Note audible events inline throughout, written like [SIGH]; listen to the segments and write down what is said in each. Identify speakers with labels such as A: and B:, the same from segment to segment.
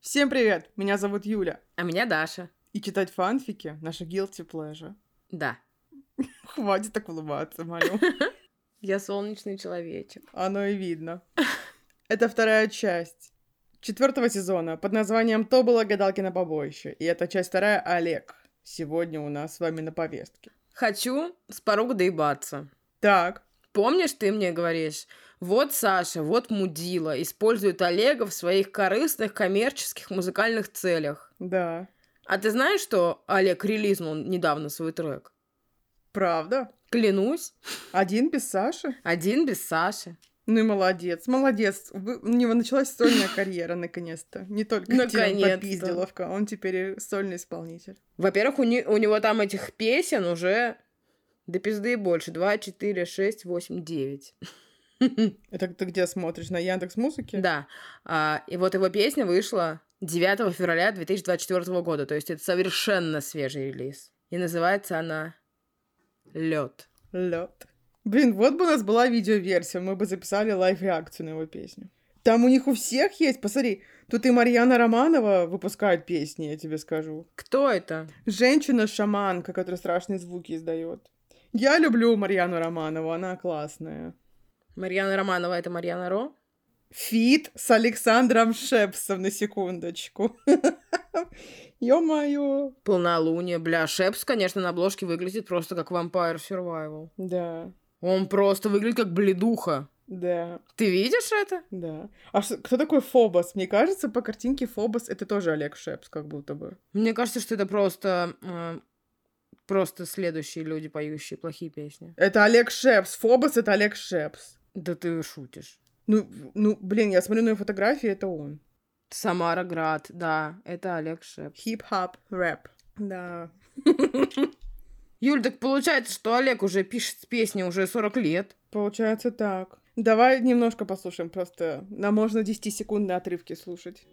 A: Всем привет! Меня зовут Юля.
B: А меня Даша.
A: И читать фанфики — наше guilty pleasure.
B: Да.
A: Хватит так улыбаться, [LAUGHS] молю.
B: Я солнечный человечек.
A: Оно и видно. Это вторая часть четвертого сезона под названием «То было гадалки на побоище». И это часть вторая «Олег». Сегодня у нас с вами на повестке.
B: Хочу с порога доебаться.
A: Так,
B: Помнишь, ты мне говоришь, вот Саша, вот мудила, использует Олега в своих корыстных коммерческих музыкальных целях.
A: да,
B: А ты знаешь, что Олег релизнул недавно свой трек?
A: правда.
B: Клянусь,
A: Один без Саши?
B: один без Саши.
A: Ну и молодец, молодец. Вы- У него началась [LAUGHS] сольная карьера, наконец-то. Не только
B: Наконец-то.
A: Пизделовка, он теперь и сольный исполнитель.
B: Во-первых, у, не- у него там этих песен уже до пизды больше. 2, 4, 6, 8, 9.
A: Это ты где смотришь? На Яндекс Музыке?
B: Да. А, и вот его песня вышла 9 февраля 2024 года. То есть это совершенно свежий релиз. И называется она Лед.
A: Лед. Блин, вот бы у нас была видеоверсия, мы бы записали лайв-реакцию на его песню. Там у них у всех есть, посмотри, тут и Марьяна Романова выпускает песни, я тебе скажу.
B: Кто это?
A: Женщина-шаманка, которая страшные звуки издает. Я люблю Марьяну Романову, она классная.
B: Марьяна Романова это Марьяна Ро?
A: Фит с Александром Шепсом, на секундочку. [LAUGHS] Ё-моё.
B: Полнолуние. Бля, Шепс, конечно, на обложке выглядит просто как Vampire Survival.
A: Да,
B: Он просто выглядит как бледуха.
A: да,
B: Ты видишь это?
A: да. А что- кто такой Фобос? Мне кажется, по картинке Фобос это тоже Олег Шепс, как будто бы.
B: Мне кажется, что это просто... э, просто следующие люди, поющие плохие песни.
A: Это Олег Шепс. Фобос — это Олег Шепс.
B: Да ты шутишь.
A: Ну, ну, блин, я смотрю на его фотографии, это он.
B: Самара Град, да, это Олег Шеп.
A: Хип-хап, рэп. Да.
B: Юль, так получается, что Олег уже пишет песни уже 40 лет.
A: Получается так. Давай немножко послушаем просто. Нам можно 10-секундные отрывки слушать.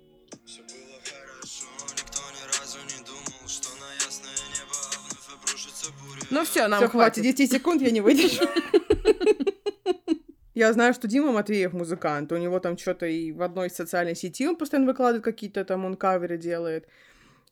C: Все было хорошо, никто ни разу не думал, что на ясное небо вновь обрушится буря.
B: Ну все, нам
A: Все,
B: хватит.
A: хватит. 10 секунд, я не [LAUGHS] выдержу. Я знаю, что Дима Матвеев музыкант, у него там что-то и в одной социальной сети он постоянно выкладывает какие-то там, он каверы делает.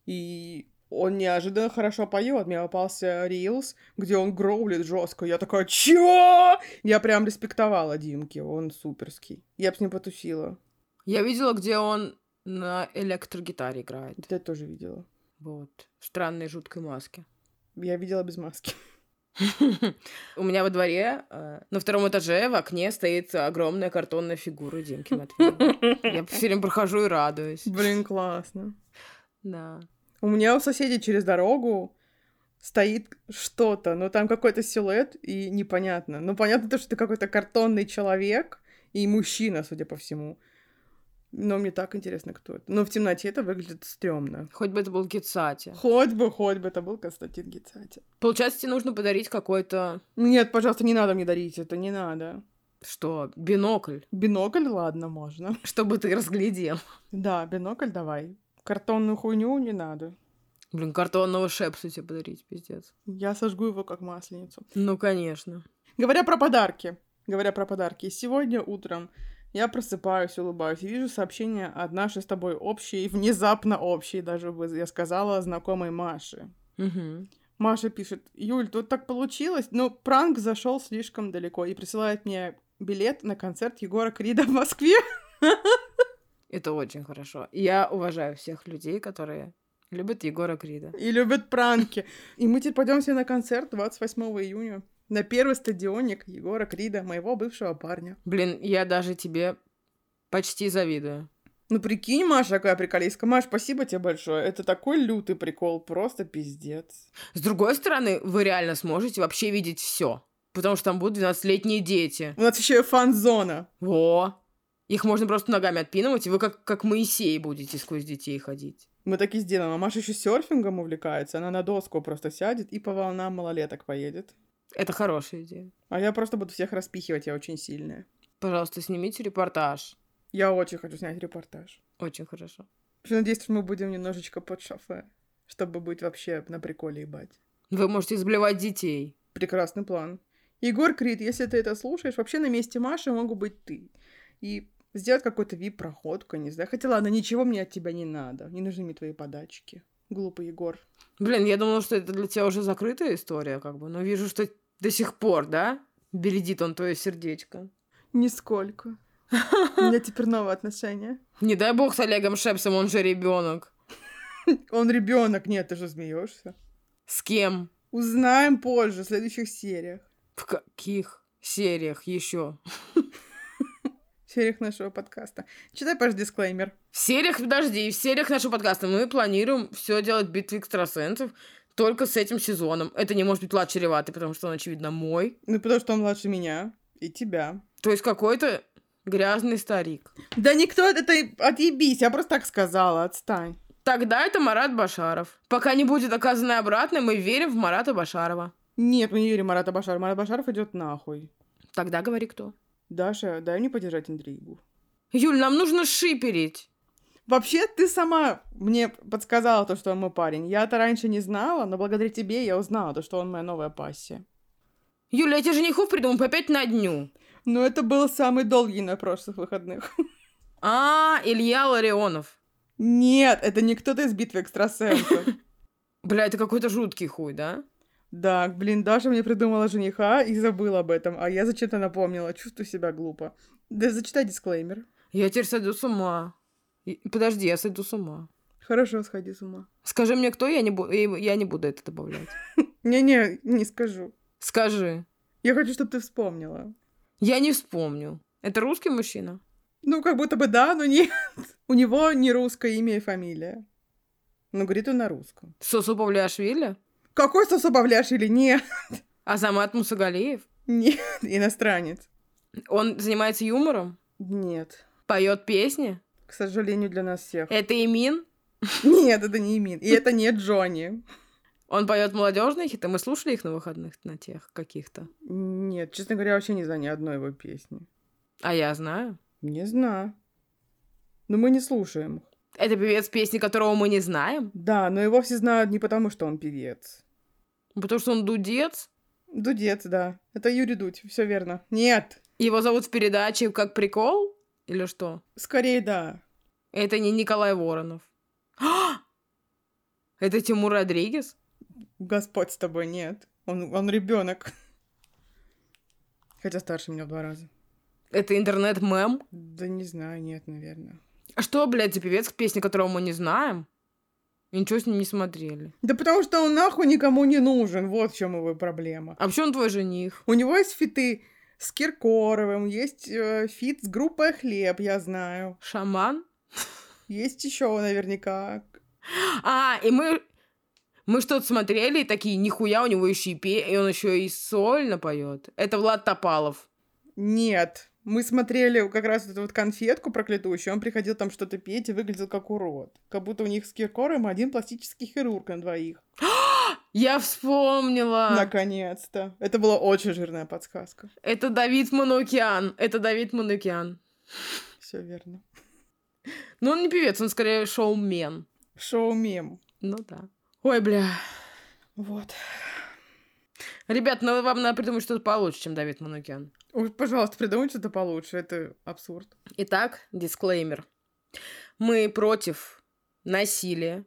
A: И он неожиданно хорошо поет. Мне попался Reels, где он гроулит жестко. Я такая, чего? Я прям респектовала Димки, он суперский. Я бы с ним потусила.
B: Я видела, где он на электрогитаре играет.
A: Это я тоже видела.
B: Вот. В странной жуткой [LAUGHS] маске.
A: Я видела без маски.
B: У меня во дворе э, на втором этаже в окне стоит огромная картонная фигура Димки Матвеева. Я все время прохожу и радуюсь.
A: Блин, классно.
B: Да.
A: У меня у соседей через дорогу стоит что-то, но там какой-то силуэт, и непонятно. Ну, понятно то, что ты какой-то картонный человек и мужчина, судя по всему. Но мне так интересно, кто это. Но в темноте это выглядит стрёмно.
B: Хоть бы это был Кицати.
A: Хоть бы, хоть бы это был Константин Гицати.
B: Получается, тебе нужно подарить какой-то...
A: Нет, пожалуйста, не надо мне дарить это, не надо.
B: Что? Бинокль.
A: Бинокль, ладно, можно.
B: Чтобы ты разглядел.
A: Да, бинокль давай. Картонную хуйню не надо.
B: Блин, картонного шепсу тебе подарить, пиздец.
A: Я сожгу его как масленицу.
B: Ну, конечно.
A: Говоря про подарки, говоря про подарки, сегодня утром я просыпаюсь, улыбаюсь и вижу сообщение от нашей с тобой общей, внезапно общей, даже бы я сказала, знакомой Маши.
B: Мгм.
A: Маша пишет, Юль, тут так получилось, но пранк зашел слишком далеко и присылает мне билет на концерт Егора Крида в Москве.
B: Это очень хорошо. Я уважаю всех людей, которые любят Егора Крида.
A: И любит пранки. И мы теперь пойдем все на концерт 28 июня на первый стадионик Егора Крида, моего бывшего парня.
B: Блин, я даже тебе почти завидую.
A: Ну прикинь, Маша, какая приколиска. Маш, спасибо тебе большое. Это такой лютый прикол, просто пиздец.
B: С другой стороны, вы реально сможете вообще видеть все. Потому что там будут 12-летние дети.
A: У нас еще и фан-зона.
B: Во! Их можно просто ногами отпинывать, и вы как, как Моисей будете сквозь детей ходить.
A: Мы так и сделаем. А Маша еще серфингом увлекается. Она на доску просто сядет и по волнам малолеток поедет.
B: Это хорошая идея.
A: А я просто буду всех распихивать, я очень сильная.
B: Пожалуйста, снимите репортаж.
A: Я очень хочу снять репортаж.
B: Очень хорошо.
A: Я Надеюсь, что мы будем немножечко под шофе, чтобы быть вообще на приколе ебать.
B: Вы можете изблевать детей.
A: Прекрасный план. Егор Крид, если ты это слушаешь, вообще на месте Маши могу быть ты. И Сделать какой-то вип-проходку, не знаю. Хотя ладно, ничего мне от тебя не надо. Не нужны мне твои подачки. Глупый Егор.
B: Блин, я думала, что это для тебя уже закрытая история, как бы. Но вижу, что до сих пор, да? Бередит он твое сердечко.
A: Нисколько. У меня теперь новые отношения.
B: Не дай бог с Олегом Шепсом, он же ребенок.
A: Он ребенок, нет, ты же смеешься.
B: С кем?
A: Узнаем позже, в следующих сериях.
B: В каких сериях еще?
A: В сериях нашего подкаста. Читай, Паш, дисклеймер.
B: В сериях, подожди, в сериях нашего подкаста мы планируем все делать в битве экстрасенсов только с этим сезоном. Это не может быть Влад Чареватый, потому что он, очевидно, мой.
A: Ну, потому что он младше меня и тебя.
B: То есть какой-то грязный старик.
A: Да никто это... Отъебись, я просто так сказала, отстань.
B: Тогда это Марат Башаров. Пока не будет доказано обратное, мы верим в Марата Башарова.
A: Нет, мы не верим Марата Башарова. Марат Башаров идет нахуй.
B: Тогда говори кто.
A: Даша, дай мне поддержать интригу.
B: Юль, нам нужно шиперить.
A: Вообще, ты сама мне подсказала то, что он мой парень. Я это раньше не знала, но благодаря тебе я узнала то, что он моя новая пассия.
B: Юля, я тебе женихов придумал по пять на дню.
A: Но это был самый долгий на прошлых выходных.
B: А, Илья Ларионов.
A: Нет, это не кто-то из битвы экстрасенсов.
B: Бля, это какой-то жуткий хуй, да?
A: Да, блин, Даша мне придумала жениха и забыла об этом, а я зачем-то напомнила, чувствую себя глупо. Да зачитай дисклеймер.
B: Я теперь сойду с ума. И- Подожди, я сойду с ума.
A: Хорошо, сходи с ума.
B: Скажи мне, кто, я не, бу- и я не буду это добавлять.
A: Не-не, не скажу.
B: Скажи.
A: Я хочу, чтобы ты вспомнила.
B: Я не вспомню. Это русский мужчина?
A: Ну, как будто бы да, но нет. [LAUGHS] У него не русское имя и фамилия. Но говорит он на русском.
B: Сосу Павлиашвили?
A: Какой сос обавляешь или нет?
B: Азамат Мусагалиев?
A: [LAUGHS] Нет, иностранец.
B: Он занимается юмором?
A: Нет.
B: Поет песни?
A: К сожалению, для нас всех. [LAUGHS]
B: Это Имин?
A: Нет, это не Имин. И это не Джонни.
B: Он поет молодежные хиты? Мы слушали их на выходных на тех каких-то.
A: Нет, честно говоря, я вообще не знаю ни одной его песни.
B: А я знаю.
A: Не знаю. Но мы не слушаем их.
B: Это певец песни, которого мы не знаем?
A: Да, но его все знают не потому, что он певец.
B: Потому что он дудец?
A: Дудец, да. Это Юрий Дудь, все верно. Нет,
B: Его зовут в передаче как прикол? Или что?
A: скорее да.
B: Это не Николай Воронов. [GASPS] А! Это Тимур Родригес?
A: Господь с тобой, нет. Он, он ребенок. Хотя старше меня в два раза.
B: Это интернет-мем?
A: Да не знаю, нет, наверное.
B: А что, блядь, за певец, песни которого мы не знаем? И Ничего с ним не смотрели.
A: Да потому что он нахуй никому не нужен. Вот в чем его проблема.
B: А почему он твой жених?
A: У него есть фиты с Киркоровым, есть э, фит с группой Хлеб, я знаю.
B: Шаман?
A: Есть еще наверняка.
B: А, и мы... Мы что-то смотрели, и такие, нихуя, у него еще и пе... И он еще и сольно поет. Это Влад Топалов.
A: Нет. Мы смотрели как раз эту вот конфетку проклятущую, он приходил там что-то петь и выглядел как урод. Как будто у них с Киркоровым один пластический хирург на двоих.
B: Я вспомнила.
A: Наконец-то. Это была очень жирная подсказка.
B: Это Давид Манукян. Это Давид Манукян.
A: Все верно.
B: Но он не певец, он скорее шоумен.
A: Шоу-мем.
B: Ну да. Ой, бля.
A: Вот.
B: Ребят, ну вам надо придумать что-то получше, чем Давид Манукян.
A: Ой, пожалуйста, придумайте что-то получше. Это абсурд.
B: Итак, дисклеймер. Мы против насилия,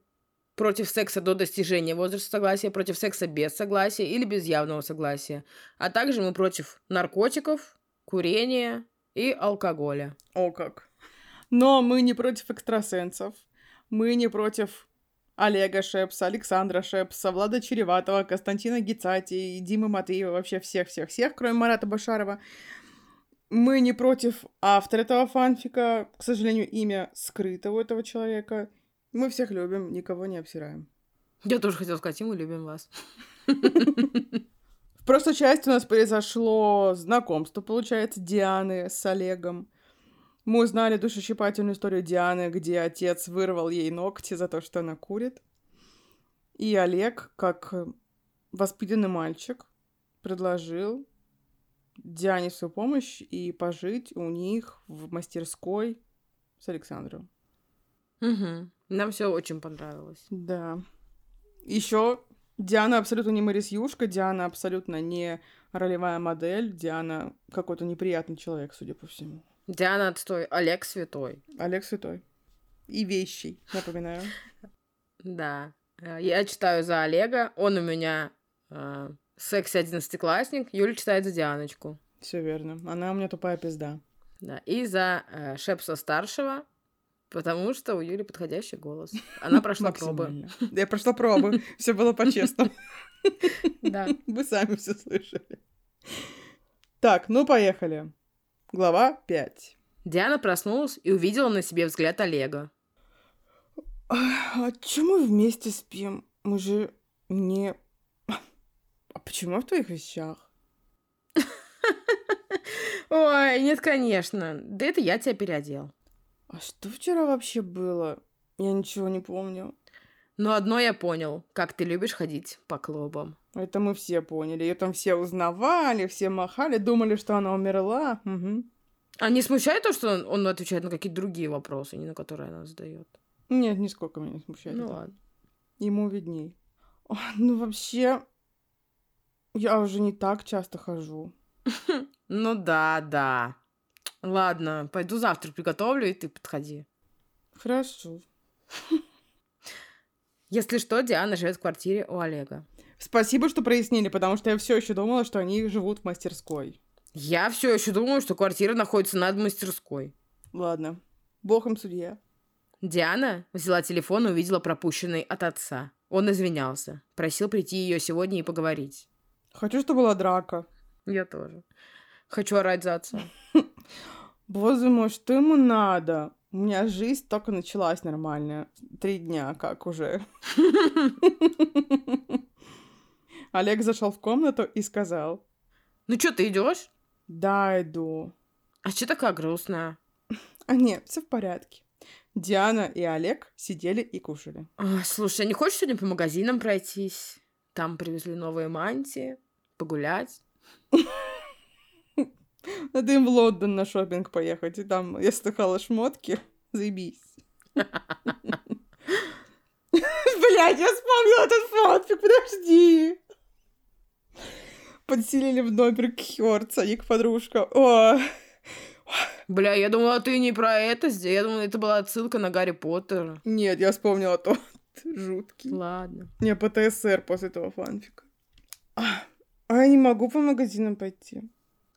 B: против секса до достижения возраста согласия, против секса без согласия или без явного согласия. А также мы против наркотиков, курения и алкоголя.
A: О как. Но мы не против экстрасенсов. Мы не против Олега Шепса, Александра Шепса, Влада Череватова, Константина Гицати и Димы Матвеева, вообще всех-всех-всех, кроме Марата Башарова. Мы не против автора этого фанфика. К сожалению, имя скрыто у этого человека. Мы всех любим, никого не обсираем.
B: Я тоже хотела сказать, и мы любим вас.
A: В прошлой части у нас произошло знакомство, получается, Дианы с Олегом. Мы узнали душещипательную историю Дианы, где отец вырвал ей ногти за то, что она курит. И Олег, как э, воспитанный мальчик, предложил Диане свою помощь и пожить у них в мастерской с Александром.
B: Мгм. Нам все очень понравилось.
A: Да. Еще Диана абсолютно не Марисьюшка, Диана абсолютно не ролевая модель, Диана какой-то неприятный человек, судя по всему.
B: Диана отстой, Олег святой.
A: Олег Святой. И вещий, [LAUGHS] напоминаю.
B: Да. Э, Я читаю за Олега, он у меня э, секси-одиннадцатиклассник, Юля читает за Дианочку.
A: Все верно. Она у меня тупая пизда.
B: Да, и за э, Шепса старшего, потому что у Юли подходящий голос. Она прошла пробы.
A: Максимально. [LAUGHS] Я прошла пробы. Все было по-честному. [LAUGHS]
B: Да.
A: Вы сами все слышали. Так, ну поехали. Глава 5.
B: Диана проснулась и увидела на себе взгляд Олега.
A: А чем мы вместе спим? Мы же не... [LAUGHS] А почему я в твоих вещах?
B: Ой, нет, конечно. Да это я тебя переодел.
A: А что вчера вообще было? Я ничего не помню.
B: Но одно я понял, как ты любишь ходить по клубам.
A: Это мы все поняли. Ее там все узнавали, все махали, думали, что она умерла. Мгм.
B: А не смущает то, что он, он отвечает на какие-то другие вопросы, не на которые она задает?
A: Нет, нисколько меня не смущает.
B: Ну
A: это.
B: ладно.
A: Ему видней. Ой, ну вообще, я уже не так часто хожу.
B: Ну да, да. Ладно, пойду завтрак приготовлю, и ты подходи.
A: Хорошо.
B: Если что, Диана живет в квартире у Олега.
A: Спасибо, что прояснили, потому что я все еще думала, что они живут в мастерской.
B: Я все еще думаю, что квартира находится над мастерской.
A: Ладно. Бог им судья.
B: Диана взяла телефон и увидела пропущенный от отца. Он извинялся, просил прийти ее сегодня и поговорить.
A: Хочу, чтобы была драка.
B: Я тоже. Хочу орать за отца.
A: Боже мой, что ему надо? У меня жизнь только началась нормальная. Три дня как уже. Олег зашел в комнату и сказал,
B: Ну что, ты идешь?
A: да, иду.
B: А че такая грустная?
A: А нет, все в порядке. Диана и Олег сидели и кушали.
B: А, слушай, а не хочешь сегодня по магазинам пройтись? Там привезли новые мантии, погулять.
A: Надо им в Лондон на шопинг поехать, и там я слыхала шмотки. Заебись. Блядь, я вспомнила этот фанфик, подожди. Подселили в номер Кхёрца, их подружка. О,
B: Бля, я думала, ты не про это сдел- Я думала, это была отсылка на Гарри Поттера.
A: нет, я вспомнила тот жуткий.
B: Ладно.
A: Не, ПТСР после этого фанфика. А, а я не могу по магазинам пойти.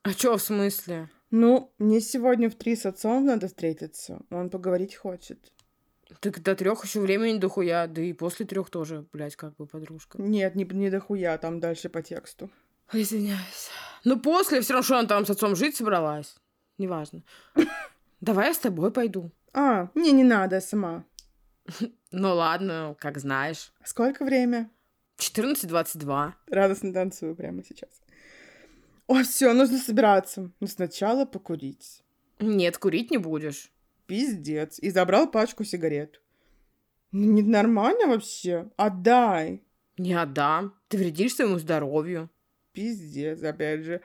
B: А чё в смысле?
A: Ну, мне сегодня в три с отцом надо встретиться. Он поговорить хочет.
B: Так до трех еще времени дохуя, да и после трех тоже, блядь, как бы подружка.
A: Нет, не, не дохуя, там дальше по тексту.
B: Извиняюсь. Ну после все равно, что она там с отцом жить собралась. Неважно. [COUGHS] Давай я с тобой пойду.
A: А, не, не надо, я сама.
B: Ну ладно, как знаешь.
A: Сколько время?
B: 14.22.
A: Радостно танцую прямо сейчас. О, все, нужно собираться. Но сначала покурить.
B: Нет, курить не будешь.
A: Пиздец. И забрал пачку сигарет. Ну, не нормально вообще. Отдай.
B: Не отдам. Ты вредишь своему здоровью.
A: Пиздец, опять же.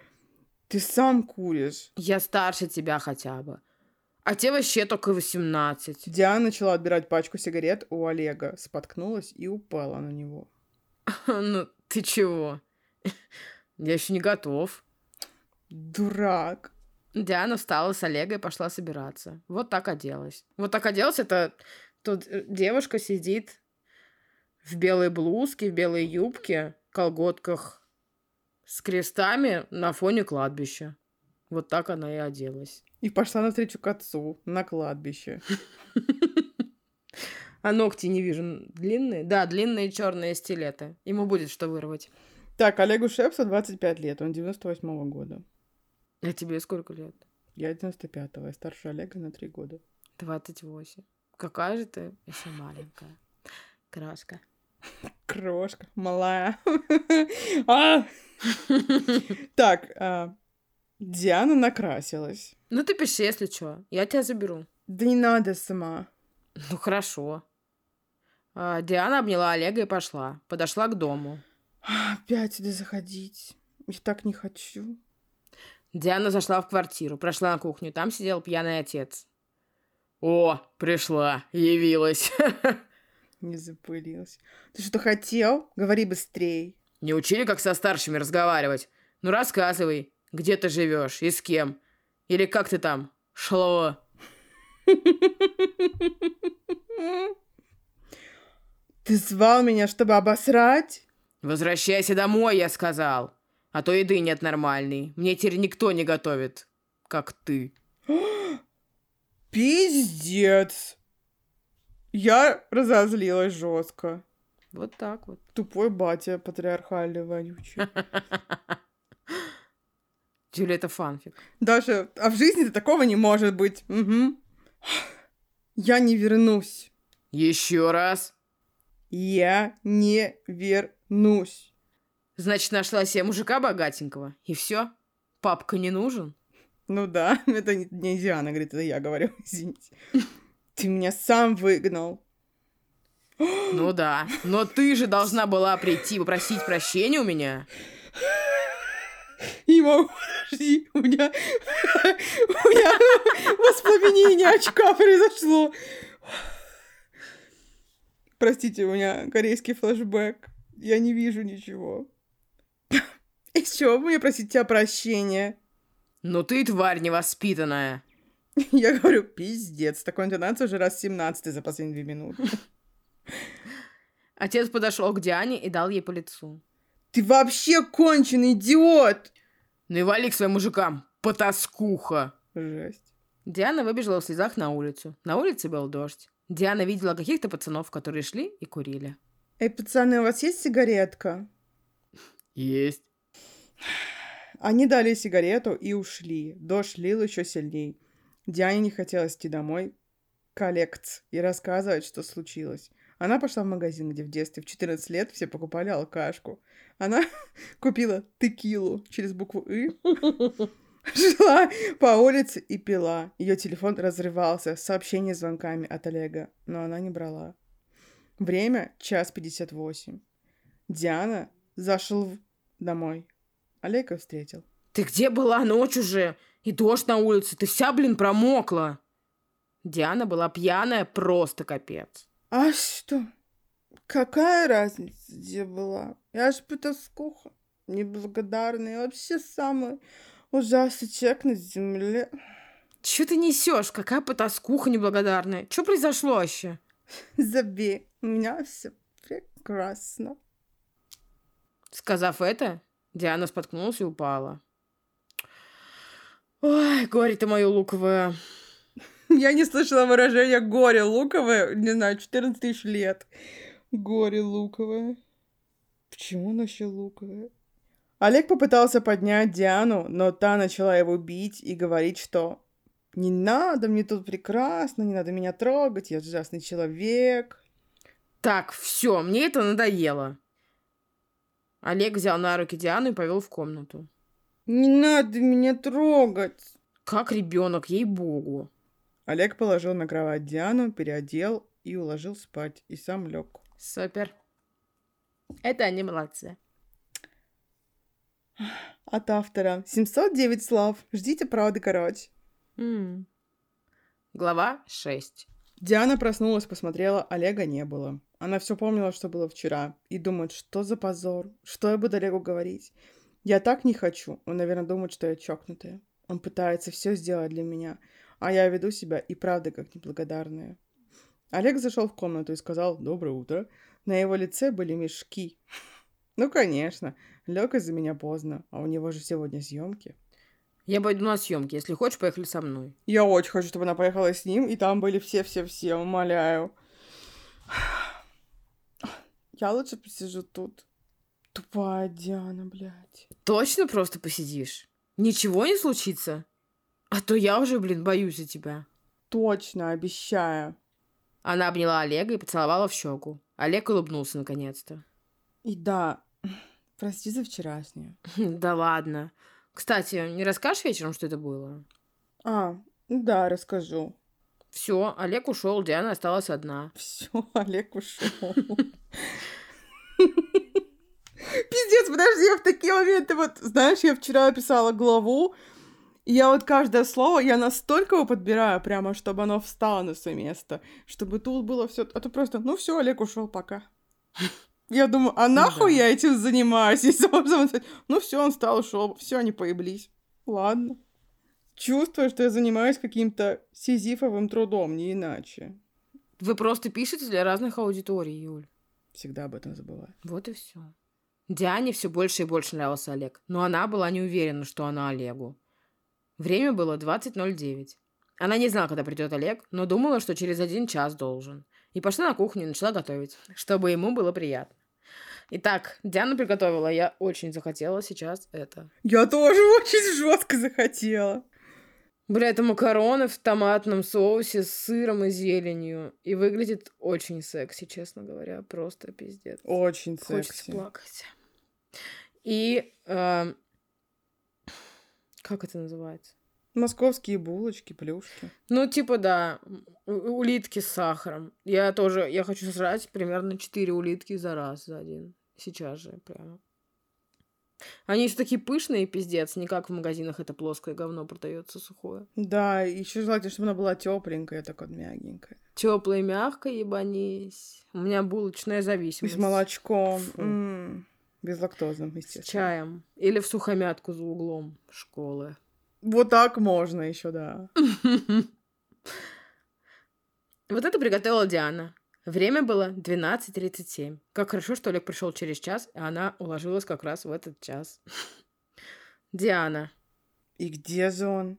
A: Ты сам куришь.
B: Я старше тебя хотя бы. А тебе вообще только 18.
A: Диана начала отбирать пачку сигарет у Олега, споткнулась и упала на него.
B: [LAUGHS] Ну, ты чего? Я еще не готов.
A: Дурак.
B: Диана встала с Олега и пошла собираться. Вот так оделась. Вот так оделась, это тут э, девушка сидит в белой блузке, в белой юбке, колготках с крестами на фоне кладбища. Вот так она и оделась.
A: И пошла навстречу к отцу на кладбище.
B: А ногти не вижу. н- Длинные? Да, длинные черные стилеты. Ему будет что вырвать.
A: Так, Олегу Шепсу 25 лет, он 98 года.
B: А тебе сколько лет?
A: Я 95-го, я старше Олега на 3 года.
B: 28. Какая же ты еще маленькая. Краска.
A: Крошка, малая. [LAUGHS] А! Так, а, Диана накрасилась.
B: Ну ты пиши, если что. Я тебя заберу. [LAUGHS]
A: Да не надо сама.
B: Ну хорошо. А, Диана обняла Олега и пошла. Подошла к дому.
A: А, Опять сюда заходить. Я так не хочу.
B: Диана зашла в квартиру, прошла на кухню. Там сидел пьяный отец. О, пришла, явилась. [LAUGHS]
A: Не запылилась. Ты что хотел? Говори быстрей.
B: Не учили, как со старшими разговаривать? Ну рассказывай, где ты живешь и с кем? Или как ты там? Шалава.
A: Ты звал меня, чтобы обосрать?
B: Возвращайся домой, я сказал. А то еды нет нормальной. Мне теперь никто не готовит, как ты.
A: Пиздец. Я разозлилась жестко.
B: Вот так вот.
A: Тупой батя патриархальный вонючий.
B: Джульетта Фанфик.
A: Даже, а в жизни такого не может быть. Мгм. Я не вернусь.
B: Еще раз.
A: Я не вернусь.
B: Значит, нашла себе мужика богатенького. И все? Папка не нужен?
A: Ну да, [LAUGHS] это не- не Диана говорит, это я говорю, [LAUGHS] извините. Ты меня сам выгнал.
B: Ну да. Но ты же должна была прийти попросить прощения у меня.
A: Не могу, подожди, у меня, у меня воспламенение очка произошло. Простите, у меня корейский флешбэк. Я не вижу ничего. Из чего бы мне просить тебя прощения?
B: Ну ты тварь невоспитанная.
A: Я говорю, пиздец, такой интонация уже раз 17 за последние две минуты.
B: Отец подошел к Диане и дал ей по лицу.
A: Ты вообще конченый идиот!
B: Ну и вали к своим мужикам, потаскуха.
A: Жесть.
B: Диана выбежала в слезах на улицу. На улице был дождь. Диана видела каких-то пацанов, которые шли и курили.
A: Эй, пацаны, у вас есть сигаретка?
B: Есть.
A: Они дали сигарету и ушли. Дождь лил еще сильней. Диане не хотелось идти домой коллект и рассказывать, что случилось. Она пошла в магазин, где в детстве в 14 лет все покупали алкашку. Она [LAUGHS] купила текилу через букву «ы». [LAUGHS] Шла по улице и пила. Ее телефон разрывался. Сообщение с звонками от Олега. Но она не брала. Время — час 58. Диана зашел в- домой. Олег ее встретил.
B: Ты где была? Ночь уже. И дождь на улице. Ты вся, блин, промокла. Диана была пьяная, просто капец.
A: А что? Какая разница, где была? Я же потаскуха, неблагодарная, вообще самый ужасный человек на земле. [LAUGHS]
B: Че ты несешь? Какая потаскуха неблагодарная. Что произошло вообще?
A: Забей, у меня все прекрасно.
B: Сказав это, Диана споткнулась и упала. Ой, горе ты мое луковое.
A: Я не слышала выражения «горе луковое», не знаю, 14 тысяч лет. Горе луковое. Почему оно еще луковое? Олег попытался поднять Диану, но та начала его бить и говорить, что «Не надо, мне тут прекрасно, не надо меня трогать, я ужасный человек».
B: Так, все, мне это надоело. Олег взял на руки Диану и повел в комнату.
A: «Не надо меня трогать!»
B: Как ребенок, ей-богу.
A: Олег положил на кровать Диану, переодел и уложил спать, и сам лег.
B: Супер. Это они молодцы.
A: От автора 709 слов. Ждите правды, короче.
B: М. Глава 6.
A: Диана проснулась, посмотрела, Олега не было. Она все помнила, что было вчера, и думает, что за позор, что я буду Олегу говорить. Я так не хочу. Он, наверное, думает, что я чокнутая. Он пытается все сделать для меня, а я веду себя и правда как неблагодарная. Олег зашел в комнату и сказал «Доброе утро». На его лице были мешки. Ну, конечно, лег из-за меня поздно, а у него же сегодня съемки.
B: Я пойду на съемки. Если хочешь, поехали со мной.
A: Я очень хочу, чтобы она поехала с ним, и там были все-все-все, умоляю. Я лучше посижу тут. Тупая Диана, блядь.
B: Точно просто посидишь? Ничего не случится? А то я уже, блин, боюсь за тебя.
A: Точно, обещаю.
B: Она обняла Олега и поцеловала в щеку. Олег улыбнулся наконец-то.
A: И да, прости за вчерашнее.
B: [LAUGHS] Да ладно. Кстати, не расскажешь вечером, что это было?
A: А, ну да, расскажу.
B: Все, Олег ушел, Диана осталась одна.
A: Все, Олег ушел. Пиздец, подожди, я в такие моменты вот, знаешь, я вчера писала главу, и я вот каждое слово, я настолько его подбираю, прямо, чтобы оно встало на свое место, чтобы тут было все. А то просто, ну все, Олег ушел, пока. Я думаю, а нахуй
B: да.
A: я этим [LAUGHS] занимаюсь? Если можно сказать, ну все, он стал ушел, все, они поеблись. Ладно. чувствую, что я занимаюсь каким-то сизифовым трудом, не иначе.
B: Вы просто пишете для разных аудиторий, Юль.
A: Всегда об этом забываю.
B: Вот и все. Диане все больше и больше нравился Олег, но она была не уверена, что она Олегу. Время было 20.09. Она не знала, когда придет Олег, но думала, что через один час должен. И пошла на кухню и начала готовить, чтобы ему было приятно. Итак, Диана приготовила. Я очень захотела сейчас это.
A: Я тоже очень жестко захотела.
B: Бля, это макароны в томатном соусе с сыром и зеленью. И выглядит очень секси, честно говоря. Просто пиздец.
A: Очень
B: Хочется
A: секси.
B: плакать. И... э, как это называется?
A: Московские булочки, плюшки.
B: Ну, типа, да, у- улитки с сахаром. Я тоже, я хочу срать примерно 4 улитки за раз, за один. Сейчас же прямо. Они еще такие пышные, пиздец, не как в магазинах это плоское говно продается сухое.
A: Да, еще желательно, чтобы она была тепленькая, так вот мягенькая.
B: Теплое, мягкое, ебанись. У меня булочная
A: И
B: зависимость.
A: с молочком.
B: Фу.
A: М, Безлактозным,
B: С
A: естественно.
B: чаем. Или в сухомятку за углом школы.
A: Вот так можно еще, да.
B: Вот это приготовила Диана. Время было 12.37. Как хорошо, что Олег пришел через час, и она уложилась как раз в этот час. [LAUGHS] Диана.
A: И где же он?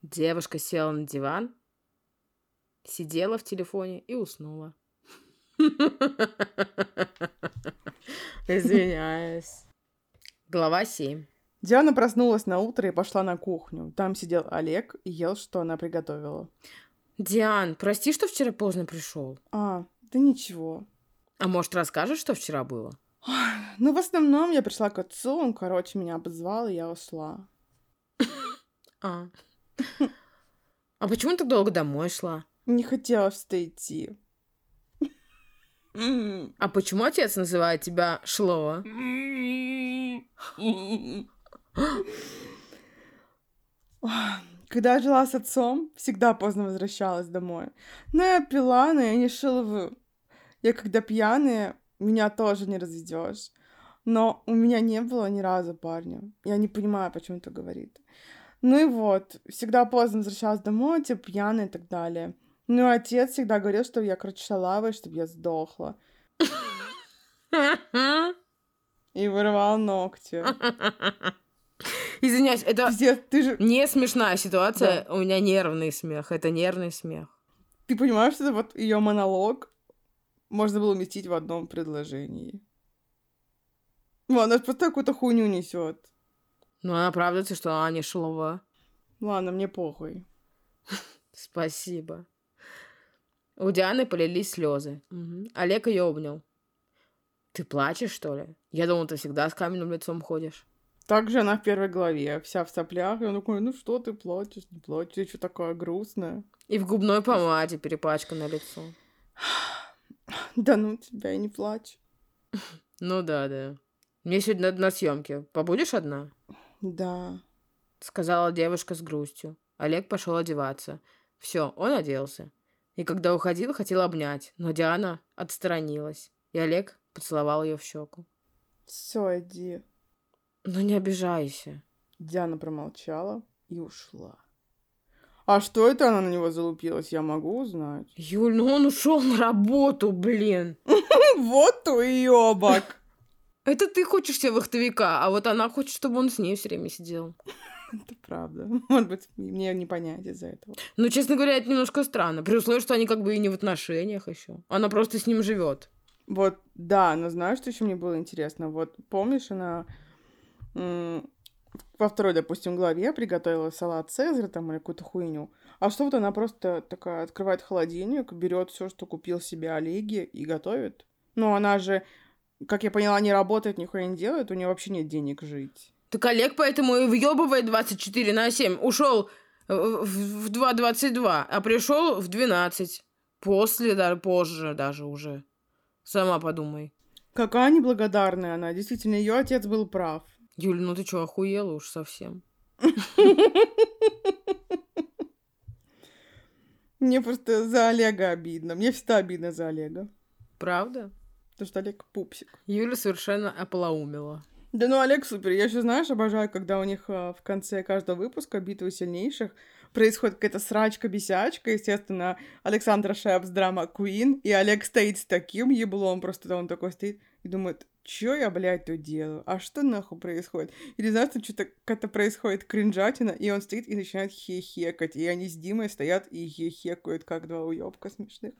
B: Девушка села на диван, сидела в телефоне и уснула. [LAUGHS] Извиняюсь. Глава 7.
A: Диана проснулась на утро и пошла на кухню. Там сидел Олег и ел, что она приготовила.
B: Диан, прости, что вчера поздно пришел.
A: А, да ничего.
B: А может, расскажешь, что вчера было?
A: Ну, в основном я пришла к отцу, он, короче, меня обозвал, и я ушла.
B: А. [LAUGHS] А почему ты так долго домой шла?
A: Не хотелось что идти. М.
B: А почему отец называет тебя Шло? [LAUGHS]
A: Когда я жила с отцом, всегда поздно возвращалась домой. Но я пила, но я не шиловы. Я когда пьяная, меня тоже не разведешь. Но у меня не было ни разу парня. Я не понимаю, почему это говорит. Ну и вот, всегда поздно возвращалась домой, типа пьяная и так далее. Ну и отец всегда говорил, что я, короче, шалава, и чтобы я сдохла. И вырывал ногти.
B: А, Извиняюсь, это
A: Пиздец, ты же...
B: не смешная ситуация. У меня нервный смех. Это нервный смех.
A: Ты понимаешь, что это вот ее монолог можно было уместить в одном предложении. Ну, она же просто какую-то хуйню несет.
B: Но Ну, она оправдывается, что она не Шлова.
A: Ладно, мне похуй.
B: Спасибо. У Дианы полились слезы. Мгм. Олег ее обнял. Ты плачешь, что ли? Я думал, ты всегда с каменным лицом ходишь.
A: Также она в первой главе, вся в соплях, и он такой, ну что ты плачешь, не плачешь, ты что такая грустная? [LAUGHS]
B: И в губной помаде перепачкано лицо.
A: Да ну тебя, я не плачу.
B: Ну да, да. Мне сегодня надо на съемке. Побудешь одна?
A: Да.
B: сказала девушка с грустью. Олег пошел одеваться. Все, он оделся. И когда уходил, хотел обнять, но Диана отстранилась. И Олег поцеловал ее в щеку.
A: Все, иди.
B: Ну не обижайся.
A: Диана промолчала и ушла. А что это она на него залупилась, я могу узнать? [LAUGHS]
B: Юль, ну он ушел на работу, блин.
A: Вот уебок!
B: Это ты хочешь себе вахтовика, а вот она хочет, чтобы он с ней все время сидел.
A: Это правда. [LAUGHS] Может быть, мне не понять из-за этого.
B: Ну, честно говоря, это немножко странно, при условии, что они как бы и не в отношениях еще. Она просто с ним живет.
A: Вот, да, но знаешь, что еще мне было интересно? Вот помнишь, она м, во второй, допустим, главе приготовила салат Цезарь там или какую-то хуйню. А что вот она просто такая открывает холодильник, берет все, что купил себе Олеги и готовит? Но она же, как я поняла, не работает, нихуя не делает, у нее вообще нет денег жить.
B: Так Олег поэтому и въебывает 24 на 7. Ушел в в 2.22, а пришел в 12. После, даже позже даже уже. Сама подумай.
A: Какая неблагодарная она. Действительно, ее отец был прав.
B: Юль, ну ты что, охуела уж совсем?
A: Мне просто за Олега обидно. Мне всегда обидно за Олега.
B: Правда?
A: Потому что Олег пупсик.
B: Юля совершенно ополоумела.
A: Да ну, Олег супер. Я еще, знаешь, обожаю, когда у них а, в конце каждого выпуска «Битвы сильнейших» происходит какая-то срачка-бесячка. Естественно, Александра Шепс, драма Куин, и Олег стоит с таким еблом, просто он такой стоит и думает, чё я, блядь, тут делаю? А что нахуй происходит? Или, знаешь, там что-то как-то происходит кринжатина, и он стоит и начинает хехекать. И они с Димой стоят и хехекают, как два уёбка смешных.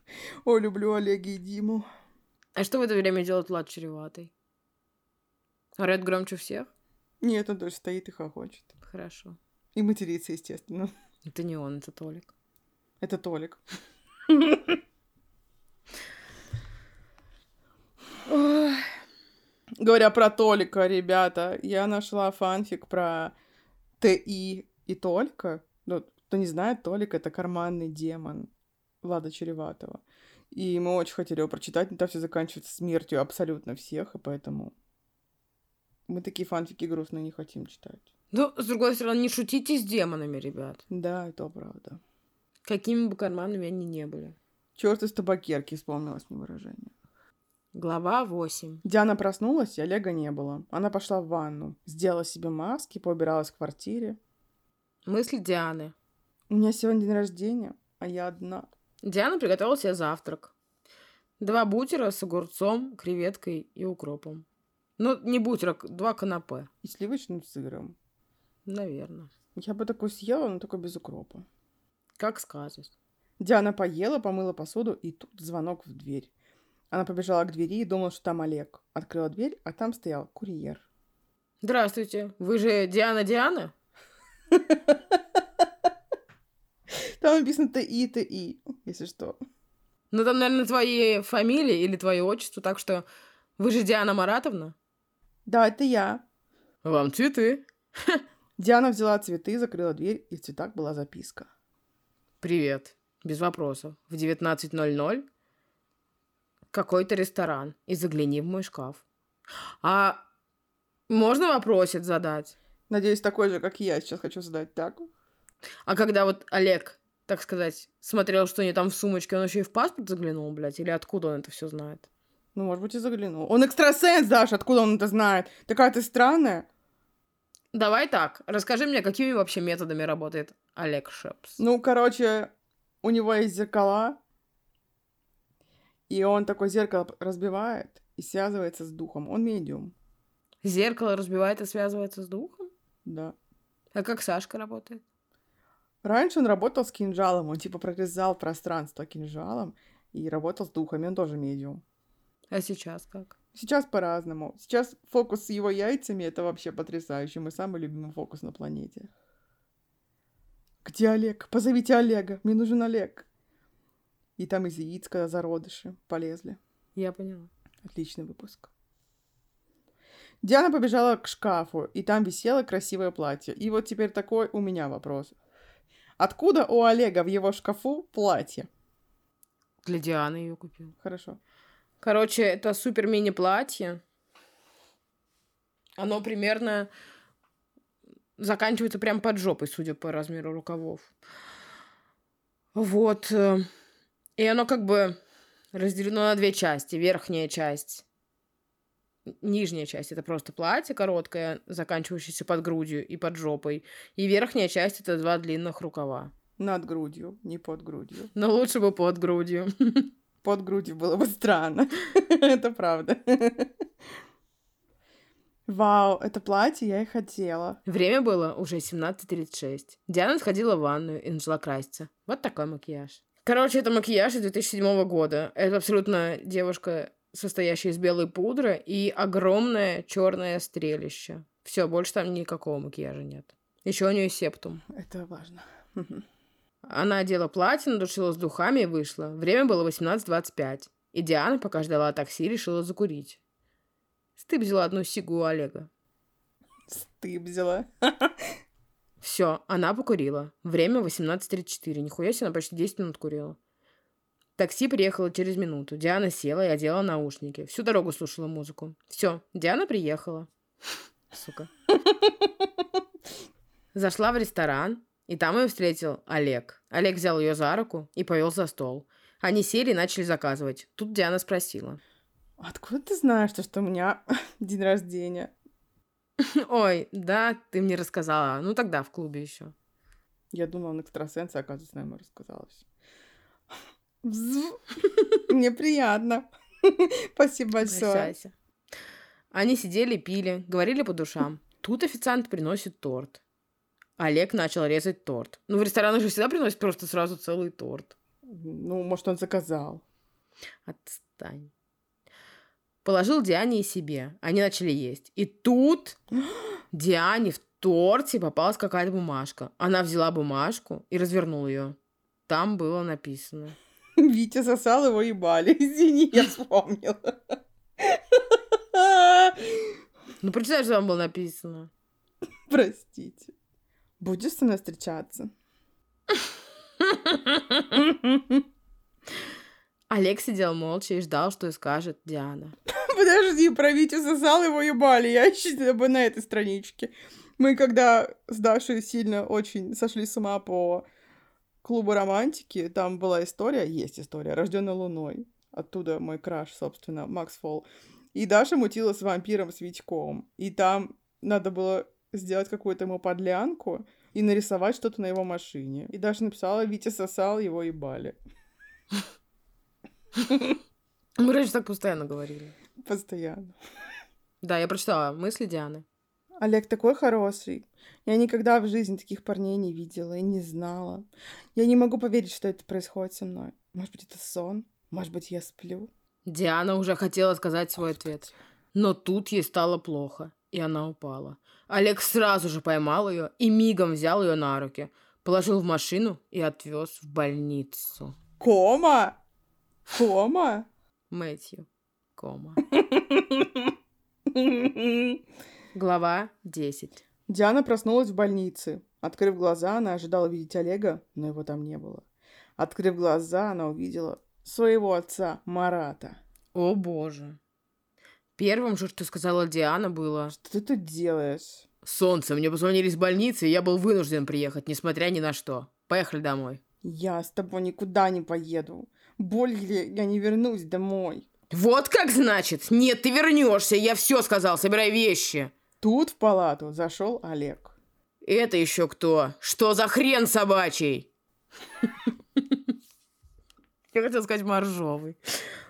A: О, люблю Олега и Диму.
B: А что в это время делает Влад Чреватый? Орет громче всех?
A: Нет, он тоже стоит и хохочет.
B: Хорошо.
A: И матерится, естественно.
B: Это не он, это Толик.
A: Это Толик. Ой. Говоря про Толика, ребята, я нашла фанфик про ТИ и Толика. Ну, кто не знает, Толик — это карманный демон Влада Череватова. И мы очень хотели его прочитать, но там все заканчивается смертью абсолютно всех, и поэтому мы такие фанфики грустные не хотим читать.
B: Ну, с другой стороны, не шутите с демонами, ребят.
A: Да, это правда.
B: Какими бы карманами они не были.
A: Черт из табакерки, вспомнилось мне выражение.
B: Глава 8.
A: Диана проснулась, и Олега не было. Она пошла в ванну, сделала себе маски, поубиралась в квартире.
B: Мысли Дианы.
A: У меня сегодня день рождения, а я одна.
B: Диана приготовила себе завтрак. Два бутера с огурцом, креветкой и укропом. Ну, не бутер, а два канапе,
A: И сливочным сыром.
B: наверное.
A: Я бы такой съела, но только без укропа.
B: Как скажешь.
A: Диана поела, помыла посуду, и тут звонок в дверь. Она побежала к двери и думала, что там Олег. Открыла дверь, а там стоял курьер.
B: Здравствуйте. Вы же Диана Диана?
A: Там написано ТИ, ТИ, если что.
B: Ну, там, наверное, твои фамилии или твое отчество, так что вы же Диана Маратовна?
A: Да, это я.
B: Вам цветы.
A: Диана взяла цветы, закрыла дверь, и в цветах была записка.
B: Привет. Без вопросов. В 19.00 какой-то ресторан. И загляни в мой шкаф. А можно вопросик задать?
A: Надеюсь, такой же, как я сейчас хочу задать. Так?
B: А когда вот Олег, так сказать, смотрел, что у нее там в сумочке, он еще и в паспорт заглянул, блядь? Или откуда он это все знает?
A: Ну, может быть, и заглянул. Он экстрасенс, Даша, откуда он это знает? Такая ты странная.
B: Давай так, расскажи мне, какими вообще методами работает Олег Шепс?
A: Ну, короче, у него есть зеркала, и он такое зеркало разбивает и связывается с духом. Он медиум,
B: Зеркало разбивает и связывается с духом?
A: да.
B: А как Сашка работает?
A: Раньше он работал с кинжалом, он типа прорезал пространство кинжалом и работал с духами, он тоже медиум.
B: А сейчас как?
A: Сейчас по-разному. Сейчас фокус с его яйцами — это вообще потрясающе. Мой самый любимый фокус на планете. Где Олег? Позовите Олега. Мне нужен Олег. И там из яиц, когда зародыши полезли.
B: Я поняла.
A: Отличный выпуск. Диана побежала к шкафу, и там висело красивое платье. И вот теперь такой у меня вопрос. Откуда у Олега в его шкафу платье?
B: Для Дианы ее купил.
A: Хорошо.
B: Короче, это супер мини платье. Оно примерно заканчивается прям под жопой, судя по размеру рукавов. Вот. э, И оно как бы разделено на две части. Верхняя часть, н- нижняя часть это просто платье короткое, заканчивающееся под грудью и под жопой. И верхняя часть это два длинных рукава.
A: Над грудью, не под грудью.
B: Но лучше бы под грудью.
A: под грудью было бы странно. [LAUGHS] это правда. Вау, это платье я и хотела.
B: Время было уже 17.36. Диана сходила в ванную и начала краситься. Вот такой макияж. Короче, это макияж из 2007 года. Это абсолютно девушка, состоящая из белой пудры и огромное черное стрелище. Все, больше там никакого макияжа нет. Еще у нее септум.
A: Это важно.
B: Она одела платье, надушилась духами и вышла. Время было 18.25. И Диана, пока ждала такси, решила закурить. Стыд взяла одну сигу у Олега.
A: Стыд взяла.
B: Все, она покурила. Время 18.34. Нихуя себе, она почти 10 минут курила. Такси приехало через минуту. Диана села и одела наушники. Всю дорогу слушала музыку. Все, Диана приехала. Сука. Зашла в ресторан, и там ее встретил Олег. Олег взял ее за руку и повел за стол. Они сели и начали заказывать. Тут Диана спросила.
A: [LAUGHS] Откуда ты знаешь, то, что у меня день рождения?
B: Ой, да, ты мне рассказала. Ну тогда в клубе еще.
A: Я думала, он экстрасенс, а оказывается, нам и рассказалась. Взв. [LAUGHS] Мне приятно. [LAUGHS] Спасибо большое.
B: Прощайся. Они сидели, пили, говорили по душам. Тут официант приносит торт. Олег начал резать торт. Ну, в ресторанах же всегда приносят просто сразу целый торт.
A: Ну, может, он заказал. [LAUGHS]
B: Отстань. Положил Диане и себе. Они начали есть. И тут Диане в торте попалась какая-то бумажка. Она взяла бумажку и развернула ее. Там было написано.
A: Витя сосал его ебали. [LAUGHS] Извини, я вспомнила. [LAUGHS]
B: Ну, прочитай, что там было написано.
A: Простите. Будешь со мной встречаться?
B: Олег сидел молча и ждал, что скажет Диана.
A: Подожди, про Витю сосал его ебали. Я еще бы на этой страничке. Мы когда с Дашей сильно очень сошли с ума по клубу романтики, там была история, есть история, рожденная луной. Оттуда мой краш, собственно, Макс Фол. И Даша мутила с вампиром Свитьком. И там надо было сделать какую-то ему подлянку и нарисовать что-то на его машине. И Даша написала, Витя сосал, его ебали.
B: Мы раньше так постоянно говорили.
A: Постоянно.
B: Да, я прочитала мысли Дианы.
A: Олег такой хороший. Я никогда в жизни таких парней не видела и не знала. Я не могу поверить, что это происходит со мной. Может быть, это сон? Может быть, я сплю?
B: Диана уже хотела сказать свой ответ. Но тут ей стало плохо, и она упала. Олег сразу же поймал ее и мигом взял ее на руки, положил в машину и отвез в больницу.
A: Кома! Кома!
B: Мэтью. Кома.
A: Диана
B: Глава 10.
A: проснулась в больнице. Открыв глаза, она ожидала видеть Олега, но его там не было. Открыв глаза, она увидела своего отца Марата.
B: О боже. Первым же, что сказала Диана, было
A: Что ты тут делаешь?
B: «Солнце, мне позвонили из больницы, и я был вынужден приехать, несмотря ни на что. Поехали домой».
A: Я с тобой никуда не поеду. Более я не вернусь домой.
B: «Вот как значит? Нет, ты вернешься, я все сказал, собирай вещи».
A: Тут в палату зашел Олег. [LAUGHS]
B: «Это еще кто? Что за хрен собачий?» [LAUGHS] Я хотела сказать моржовый.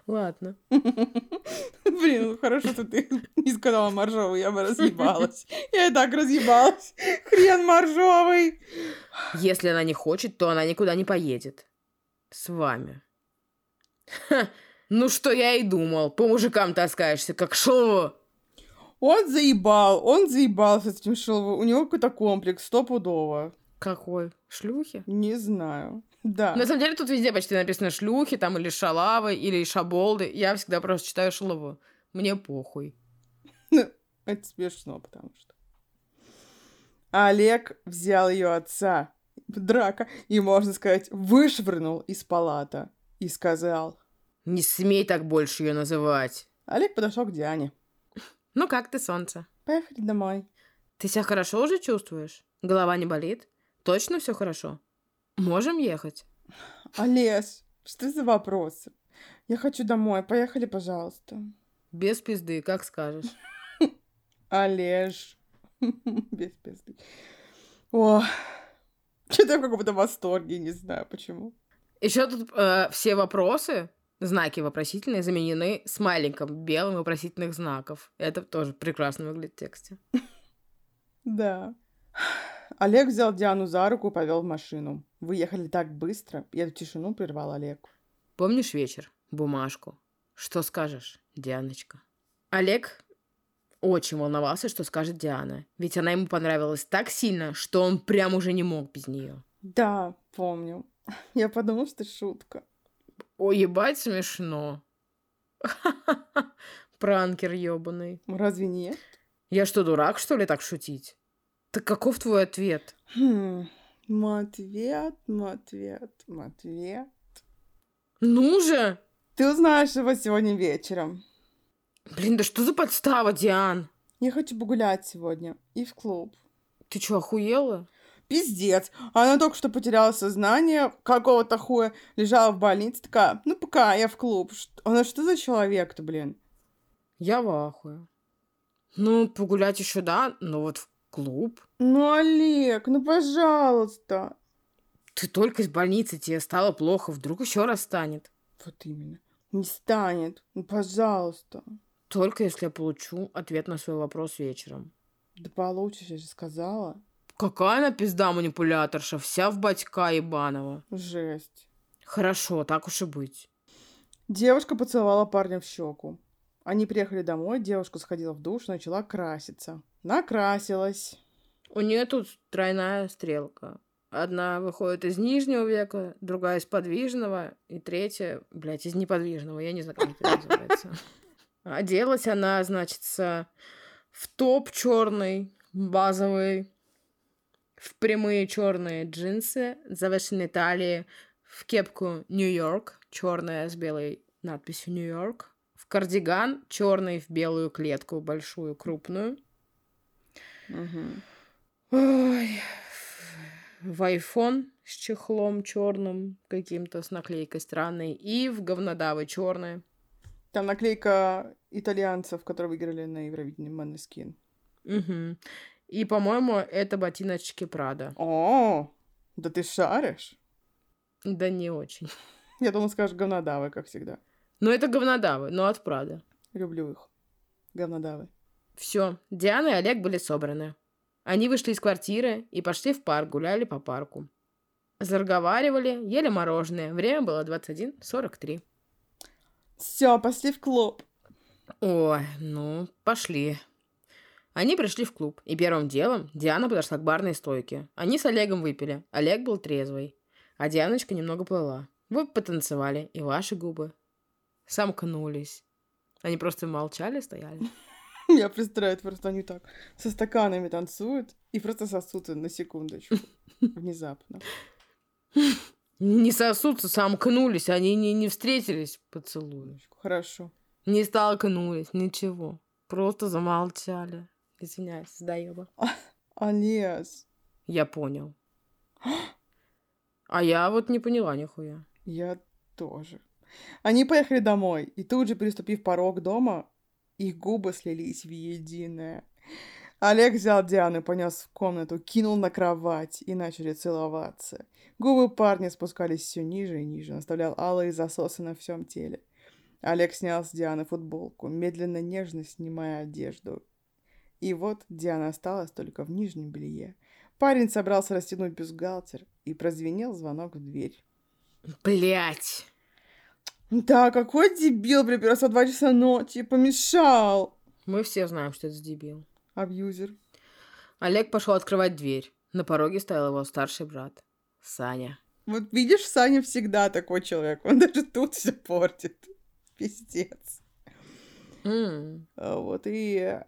B: Ладно.
A: Блин, ну хорошо, что ты [LAUGHS] не сказала моржовый, я бы разъебалась. Я и так разъебалась. Хрен моржовый.
B: Если она не хочет, то она никуда не поедет. С вами. Ха, ну что я и думал. По мужикам таскаешься, как шоу.
A: Он заебал, он заебался с этим шелвом. У него какой-то комплекс, стопудово.
B: Какой? Шлюхи?
A: Не знаю. Да.
B: На самом деле тут везде почти написано шлюхи, там или шалавы, или шаболды. Я всегда просто читаю шалаву. Мне похуй.
A: Это смешно, потому что. Олег взял ее отца. Драка. И, можно сказать, вышвырнул из палата. И сказал.
B: Не смей так больше ее называть.
A: Олег подошел к Диане.
B: Ну как ты, солнце?
A: Поехали домой.
B: Ты себя хорошо уже чувствуешь? Голова не болит? Точно все хорошо? Можем ехать?
A: Олесь, что за вопросы? Я хочу домой. Поехали, пожалуйста.
B: Без пизды, как скажешь.
A: Олеж. [LAUGHS] Без пизды. О, [LAUGHS] что-то я в каком-то восторге, не знаю почему.
B: Еще тут э, все вопросы, знаки вопросительные, заменены смайликом белым вопросительных знаков. Это тоже прекрасно выглядит в тексте.
A: Да. Олег взял Диану за руку и повел в машину. Выехали так быстро, и эту тишину прервал Олег.
B: Помнишь вечер? Бумажку. Что скажешь, Дианочка? Олег очень волновался, что скажет Диана. Ведь она ему понравилась так сильно, что он прям уже не мог без нее.
A: Да, помню. Я подумал, что шутка.
B: О, ебать, смешно. [LAUGHS] Пранкер ебаный.
A: Разве нет?
B: Я что, дурак, что ли, так шутить? Так каков твой ответ?
A: Хм. Матвет, Матвет, Матвет.
B: Ну же!
A: Ты узнаешь его сегодня вечером.
B: Блин, да что за подстава, Диан?
A: Я хочу погулять сегодня и в клуб.
B: Ты чё, охуела?
A: Пиздец. Она только что потеряла сознание, какого-то хуя лежала в больнице, такая, ну пока, я в клуб. Ш- Она что за человек-то, блин?
B: Я в ахуе. Ну, погулять еще да, но вот в клуб.
A: Ну, Олег, ну, пожалуйста.
B: Ты только из больницы, тебе стало плохо, вдруг еще раз станет.
A: Вот именно. Не станет. Ну, пожалуйста.
B: Только если я получу ответ на свой вопрос вечером.
A: Да получишь, я же сказала.
B: Какая она пизда манипуляторша, вся в батька ебаного.
A: Жесть.
B: Хорошо, так уж и быть.
A: Девушка поцеловала парня в щеку. Они приехали домой, девушка сходила в душ, начала краситься. Накрасилась.
B: У нее тут тройная стрелка. Одна выходит из нижнего века, другая из подвижного, и третья, блядь, из неподвижного. Я не знаю, как это называется. Оделась она, значит, в топ черный, базовый, в прямые черные джинсы, завышенные талии, в кепку Нью-Йорк, черная с белой надписью Нью-Йорк, в кардиган черный в белую клетку большую, крупную.
A: Мгм.
B: Ой, в айфон с чехлом черным каким-то, с наклейкой странной, и в говнодавы черные.
A: Там наклейка итальянцев, которые выиграли на Евровидении Манескин.
B: Мгм. И, по-моему, это ботиночки Прада.
A: О, да ты шаришь?
B: Да не очень.
A: Я думала, скажешь говнодавы, как всегда.
B: Но это говнодавы, но от Прада.
A: Люблю их. Говнодавы.
B: Все, Диана и Олег были собраны. Они вышли из квартиры и пошли в парк, гуляли по парку. Зарговаривали, ели мороженое. Время было 21.43.
A: Все, пошли в клуб.
B: Ой, ну, пошли. Они пришли в клуб, и первым делом Диана подошла к барной стойке. Они с Олегом выпили. Олег был трезвый, а Дианочка немного плыла. Вы потанцевали, и ваши губы сомкнулись. Они просто молчали, стояли.
A: [LAUGHS] Я представляю, просто они так со стаканами танцуют и просто сосутся на секундочку. Внезапно.
B: Не сосутся, сомкнулись, они не, не встретились поцелуем.
A: Хорошо.
B: Не столкнулись, ничего. Просто замолчали. Извиняюсь, заеба.
A: Олес,
B: Я понял. А я вот не поняла нихуя.
A: я тоже. Они поехали домой, и тут же, переступив порог дома, их губы слились в единое. Олег взял Диану, понес в комнату, кинул на кровать и начали целоваться. Губы парня спускались все ниже и ниже, оставлял алые засосы на всем теле. Олег снял с Дианы футболку, медленно, нежно снимая одежду. И вот Диана осталась только в нижнем белье. Парень собрался расстегнуть бюстгальтер, и прозвенел звонок в дверь.
B: Блять.
A: Да, какой дебил припирался в два часа ночи, помешал.
B: Мы все знаем, что это за дебил.
A: Абьюзер.
B: Олег пошел открывать дверь. На пороге стоял его старший брат. Саня.
A: Вот видишь, Саня всегда такой человек, он даже тут все портит. Пиздец.
B: М,
A: А вот и... э,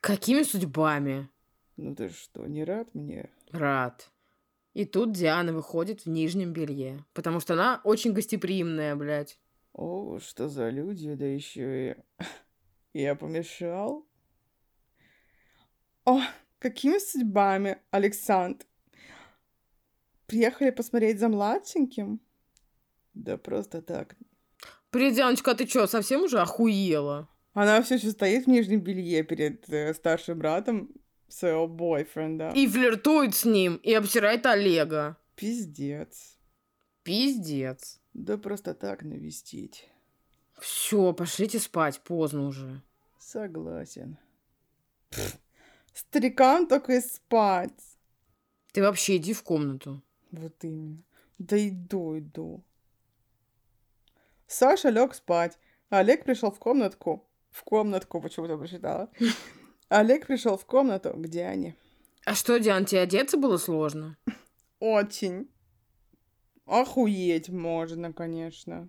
B: Какими судьбами?
A: Ну ты что, не рад мне?
B: Рад. И тут Диана выходит в нижнем белье. Потому что она очень гостеприимная, блядь.
A: О, что за люди, да еще и... [LAUGHS] Я помешал? О, какими судьбами, Александр? Приехали посмотреть за младшеньким? Да просто так.
B: Привет, Дианочка, а ты чё, совсем уже охуела?
A: Она все еще стоит в нижнем белье перед э, старшим братом своего бойфренда.
B: И флиртует с ним, и обсирает Олега.
A: Пиздец.
B: Пиздец.
A: Да просто так навестить.
B: Все, пошлите спать, поздно уже.
A: Согласен. Пф, Старикам только и спать.
B: Ты вообще иди в комнату.
A: Вот именно. Да иду, иду. Саша лег спать. а Олег пришел в комнатку. В комнатку почему-то прочитала. Олег пришел в комнату, где они.
B: А что, Диан, тебе одеться было сложно?
A: Очень. Охуеть можно, конечно.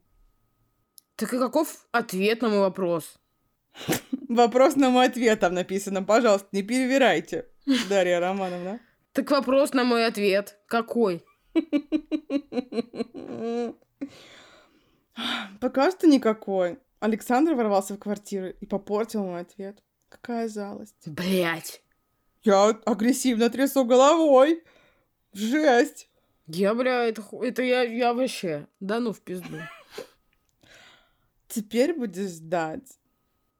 B: Так и каков ответ на мой вопрос?
A: Вопрос на мой ответ там написано. Пожалуйста, не перевирайте, Дарья Романовна.
B: Так вопрос на мой ответ. Какой?
A: Пока что никакой. Александр ворвался в квартиру и попортил мой ответ. Какая жалость.
B: Блять.
A: Я агрессивно трясу головой. Жесть.
B: Я, бля, это, ху- это я, я вообще. Да ну в пизду.
A: Теперь будешь ждать.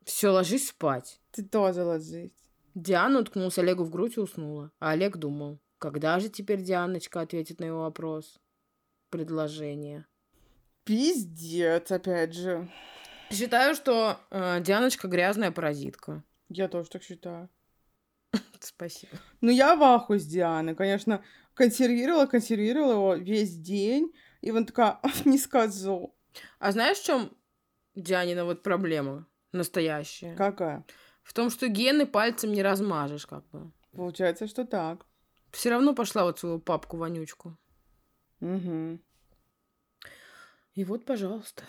B: Все, ложись спать.
A: Ты тоже ложись.
B: Диана уткнулась Олегу в грудь и уснула. А Олег думал, когда же теперь Дианочка ответит на его вопрос? Предложение.
A: Пиздец, опять же.
B: Считаю, что э, Дианочка грязная паразитка.
A: Я тоже так считаю.
B: Спасибо.
A: Ну, я в ахуе с Дианы, конечно. Консервировала, консервировала его весь день. И вот такая, «Ах, не сказал.
B: А знаешь, в чем Дианина вот проблема настоящая?
A: Какая?
B: В том, что гены пальцем не размажешь как бы.
A: Получается, что так.
B: Все равно пошла вот свою папку вонючку.
A: Угу.
B: И вот, пожалуйста.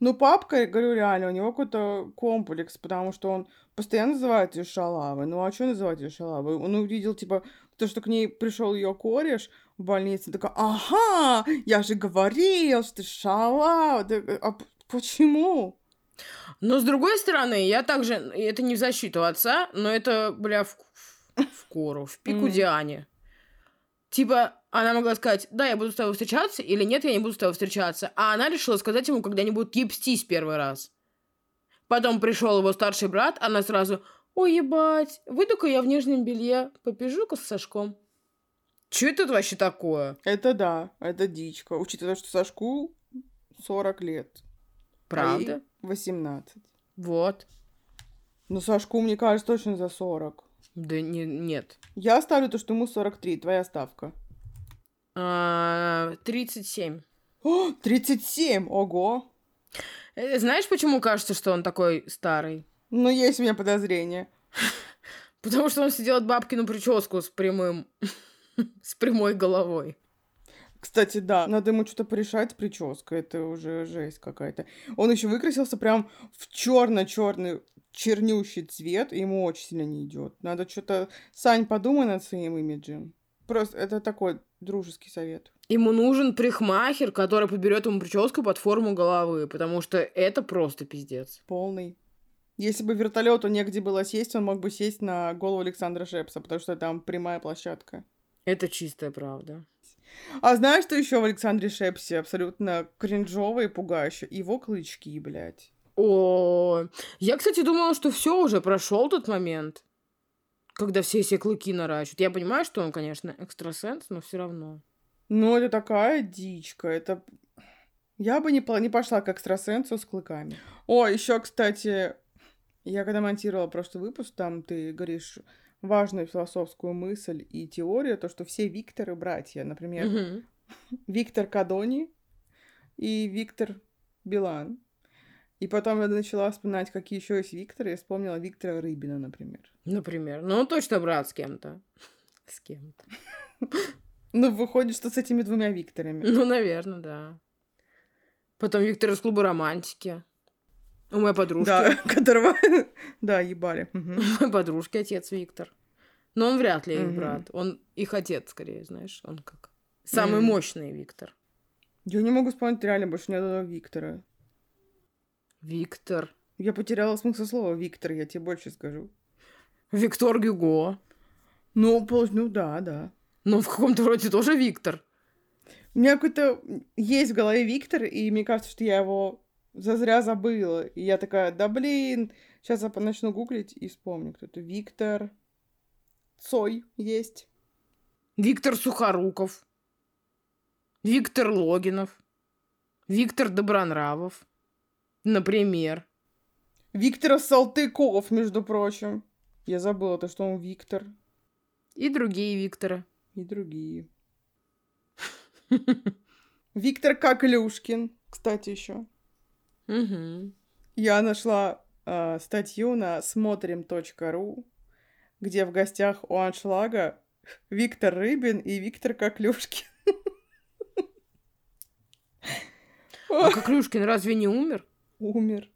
A: Ну, папка, я говорю, реально, у него какой-то комплекс, потому что он постоянно называет ее шалавой. Ну, а что называть ее шалавой? Он увидел, типа, то, что к ней пришел ее кореш в больнице, такой, ага, я же говорил, что ты шалава. Да, а п- почему?
B: Но с другой стороны, я также... и Это не в защиту отца, но это, бля, в, в кору, в пику
A: Мгм.
B: Диане. Типа, она могла сказать, да, я буду с тобой встречаться, или нет, я не буду с тобой встречаться. А она решила сказать ему, когда они будут ебстись первый раз. Потом пришел его старший брат, она сразу, ой, ебать, выйду-ка я в нижнем белье, попижу-ка с Сашком. Че это вообще такое?
A: Это да, это дичка, учитывая, что Сашку 40 лет. а ей
B: Правда?
A: 18.
B: Вот.
A: Ну, Сашку, мне кажется, точно за 40.
B: Да не, нет.
A: Я ставлю то, что ему 43, твоя ставка.
B: А, 37.
A: О, 37, ого.
B: Э, Знаешь, почему кажется, что он такой старый?
A: Ну, есть у меня подозрение.
B: Потому что он сидел от бабкину прическу с прямым... [LAUGHS] с прямой головой.
A: Кстати, да, надо ему что-то порешать, прическа, это уже жесть какая-то. Он еще выкрасился прям в черно-черный чернющий цвет, и ему очень сильно не идет. Надо что-то... Сань, подумай над своим имиджем. Просто это такой дружеский совет.
B: Ему нужен прихмахер, который подберет ему прическу под форму головы, потому что это просто пиздец.
A: Полный. Если бы вертолету негде было сесть, он мог бы сесть на голову Александра Шепса, потому что там прямая площадка.
B: Это чистая правда.
A: А знаешь, что еще в Александре Шепсе абсолютно кринжово и пугающе? Его клычки, блядь.
B: О, я, кстати, думала, что все уже прошел тот момент, когда все себе клыки наращивают. Я понимаю, что он, конечно, экстрасенс, но все равно.
A: Ну, это такая дичка. Это... Я бы не, пла- не пошла к экстрасенсу с клыками. О, еще, кстати, я когда монтировала прошлый выпуск, там ты говоришь важную философскую мысль и теорию, то, что все Викторы братья. Например,
B: Мгм.
A: Виктор Кадони и Виктор Билан. И потом я начала вспоминать, какие еще есть Викторы. Я вспомнила Виктора Рыбина, например.
B: Например. Ну, он точно брат с кем-то. [LAUGHS] С кем-то.
A: Ну, выходит, что с этими двумя Викторами.
B: Ну, наверное, да. Потом Виктор из клуба романтики. У моей подружки.
A: Да, [LAUGHS] которого... Да, ебали. Мгм.
B: У моей подружки отец Виктор. Но он вряд ли их
A: Мгм.
B: брат. Он их отец, скорее, знаешь. Он как самый
A: Мгм.
B: мощный Виктор.
A: Я не могу вспомнить реально больше ни одного Виктора.
B: Виктор.
A: Я потеряла смысл слова Виктор, я тебе больше скажу.
B: Виктор Гюго.
A: Ну, пол- ну да, да.
B: Но в каком-то роде тоже Виктор.
A: У меня какой-то есть в голове Виктор, и мне кажется, что я его зазря забыла. И я такая, да блин, сейчас я по- начну гуглить и вспомню, кто это. Виктор Цой есть.
B: Виктор Сухоруков. Виктор Логинов. Виктор Добронравов. Например.
A: Виктор Салтыков, между прочим. Я забыла то, что он Виктор
B: И другие Викторы.
A: и другие. Виктор Коклюшкин, кстати, еще.
B: Мгм.
A: Я нашла э, статью на смотрим.ру, где в гостях у аншлага Виктор Рыбин и Виктор Коклюшкин. [LAUGHS]
B: А Коклюшкин разве не умер?
A: Умер.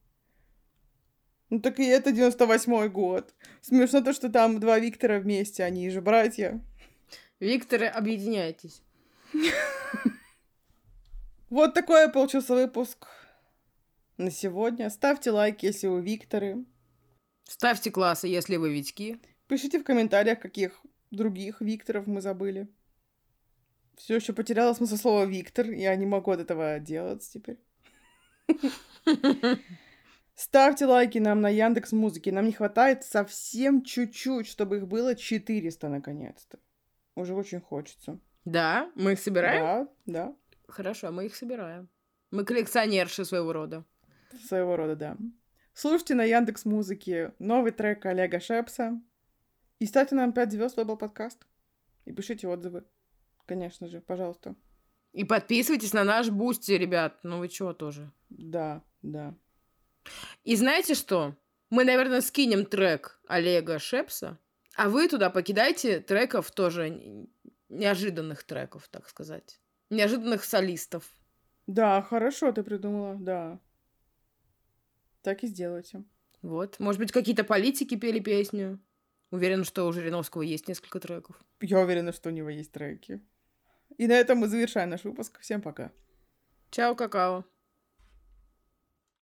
A: Ну так и это 98-й год. Смешно то, что там два Виктора вместе, они же братья.
B: Викторы, объединяйтесь.
A: Вот такой получился выпуск на сегодня. Ставьте лайк, если вы Викторы.
B: Ставьте классы, если вы Витьки.
A: Пишите в комментариях, каких других Викторов мы забыли. Все еще потеряла смысл слова Виктор. Я не могу от этого делать теперь. Ставьте лайки нам на Яндекс Музыке. Нам не хватает совсем чуть-чуть, чтобы их было 400 наконец-то. Уже очень хочется.
B: Да, мы их собираем?
A: Да,
B: Хорошо, мы их собираем. Мы коллекционерши своего рода.
A: да. Своего рода, да. Слушайте на Яндекс Музыке новый трек Олега Шепса. И ставьте нам 5 звезд в Apple Podcast. И пишите отзывы. Конечно же, пожалуйста.
B: И подписывайтесь на наш бусти, ребят. Ну вы чего тоже?
A: Да, да.
B: И знаете что? Мы, наверное, скинем трек Олега Шепса, а вы туда покидайте треков тоже н- неожиданных треков, так сказать. Неожиданных солистов.
A: Да, хорошо ты придумала, да. Так и сделайте.
B: Вот. Может быть, какие-то политики пели песню. Уверен, что у Жириновского есть несколько треков.
A: Я уверена, что у него есть треки. И на этом мы завершаем наш выпуск. Всем пока.
B: Чао, какао.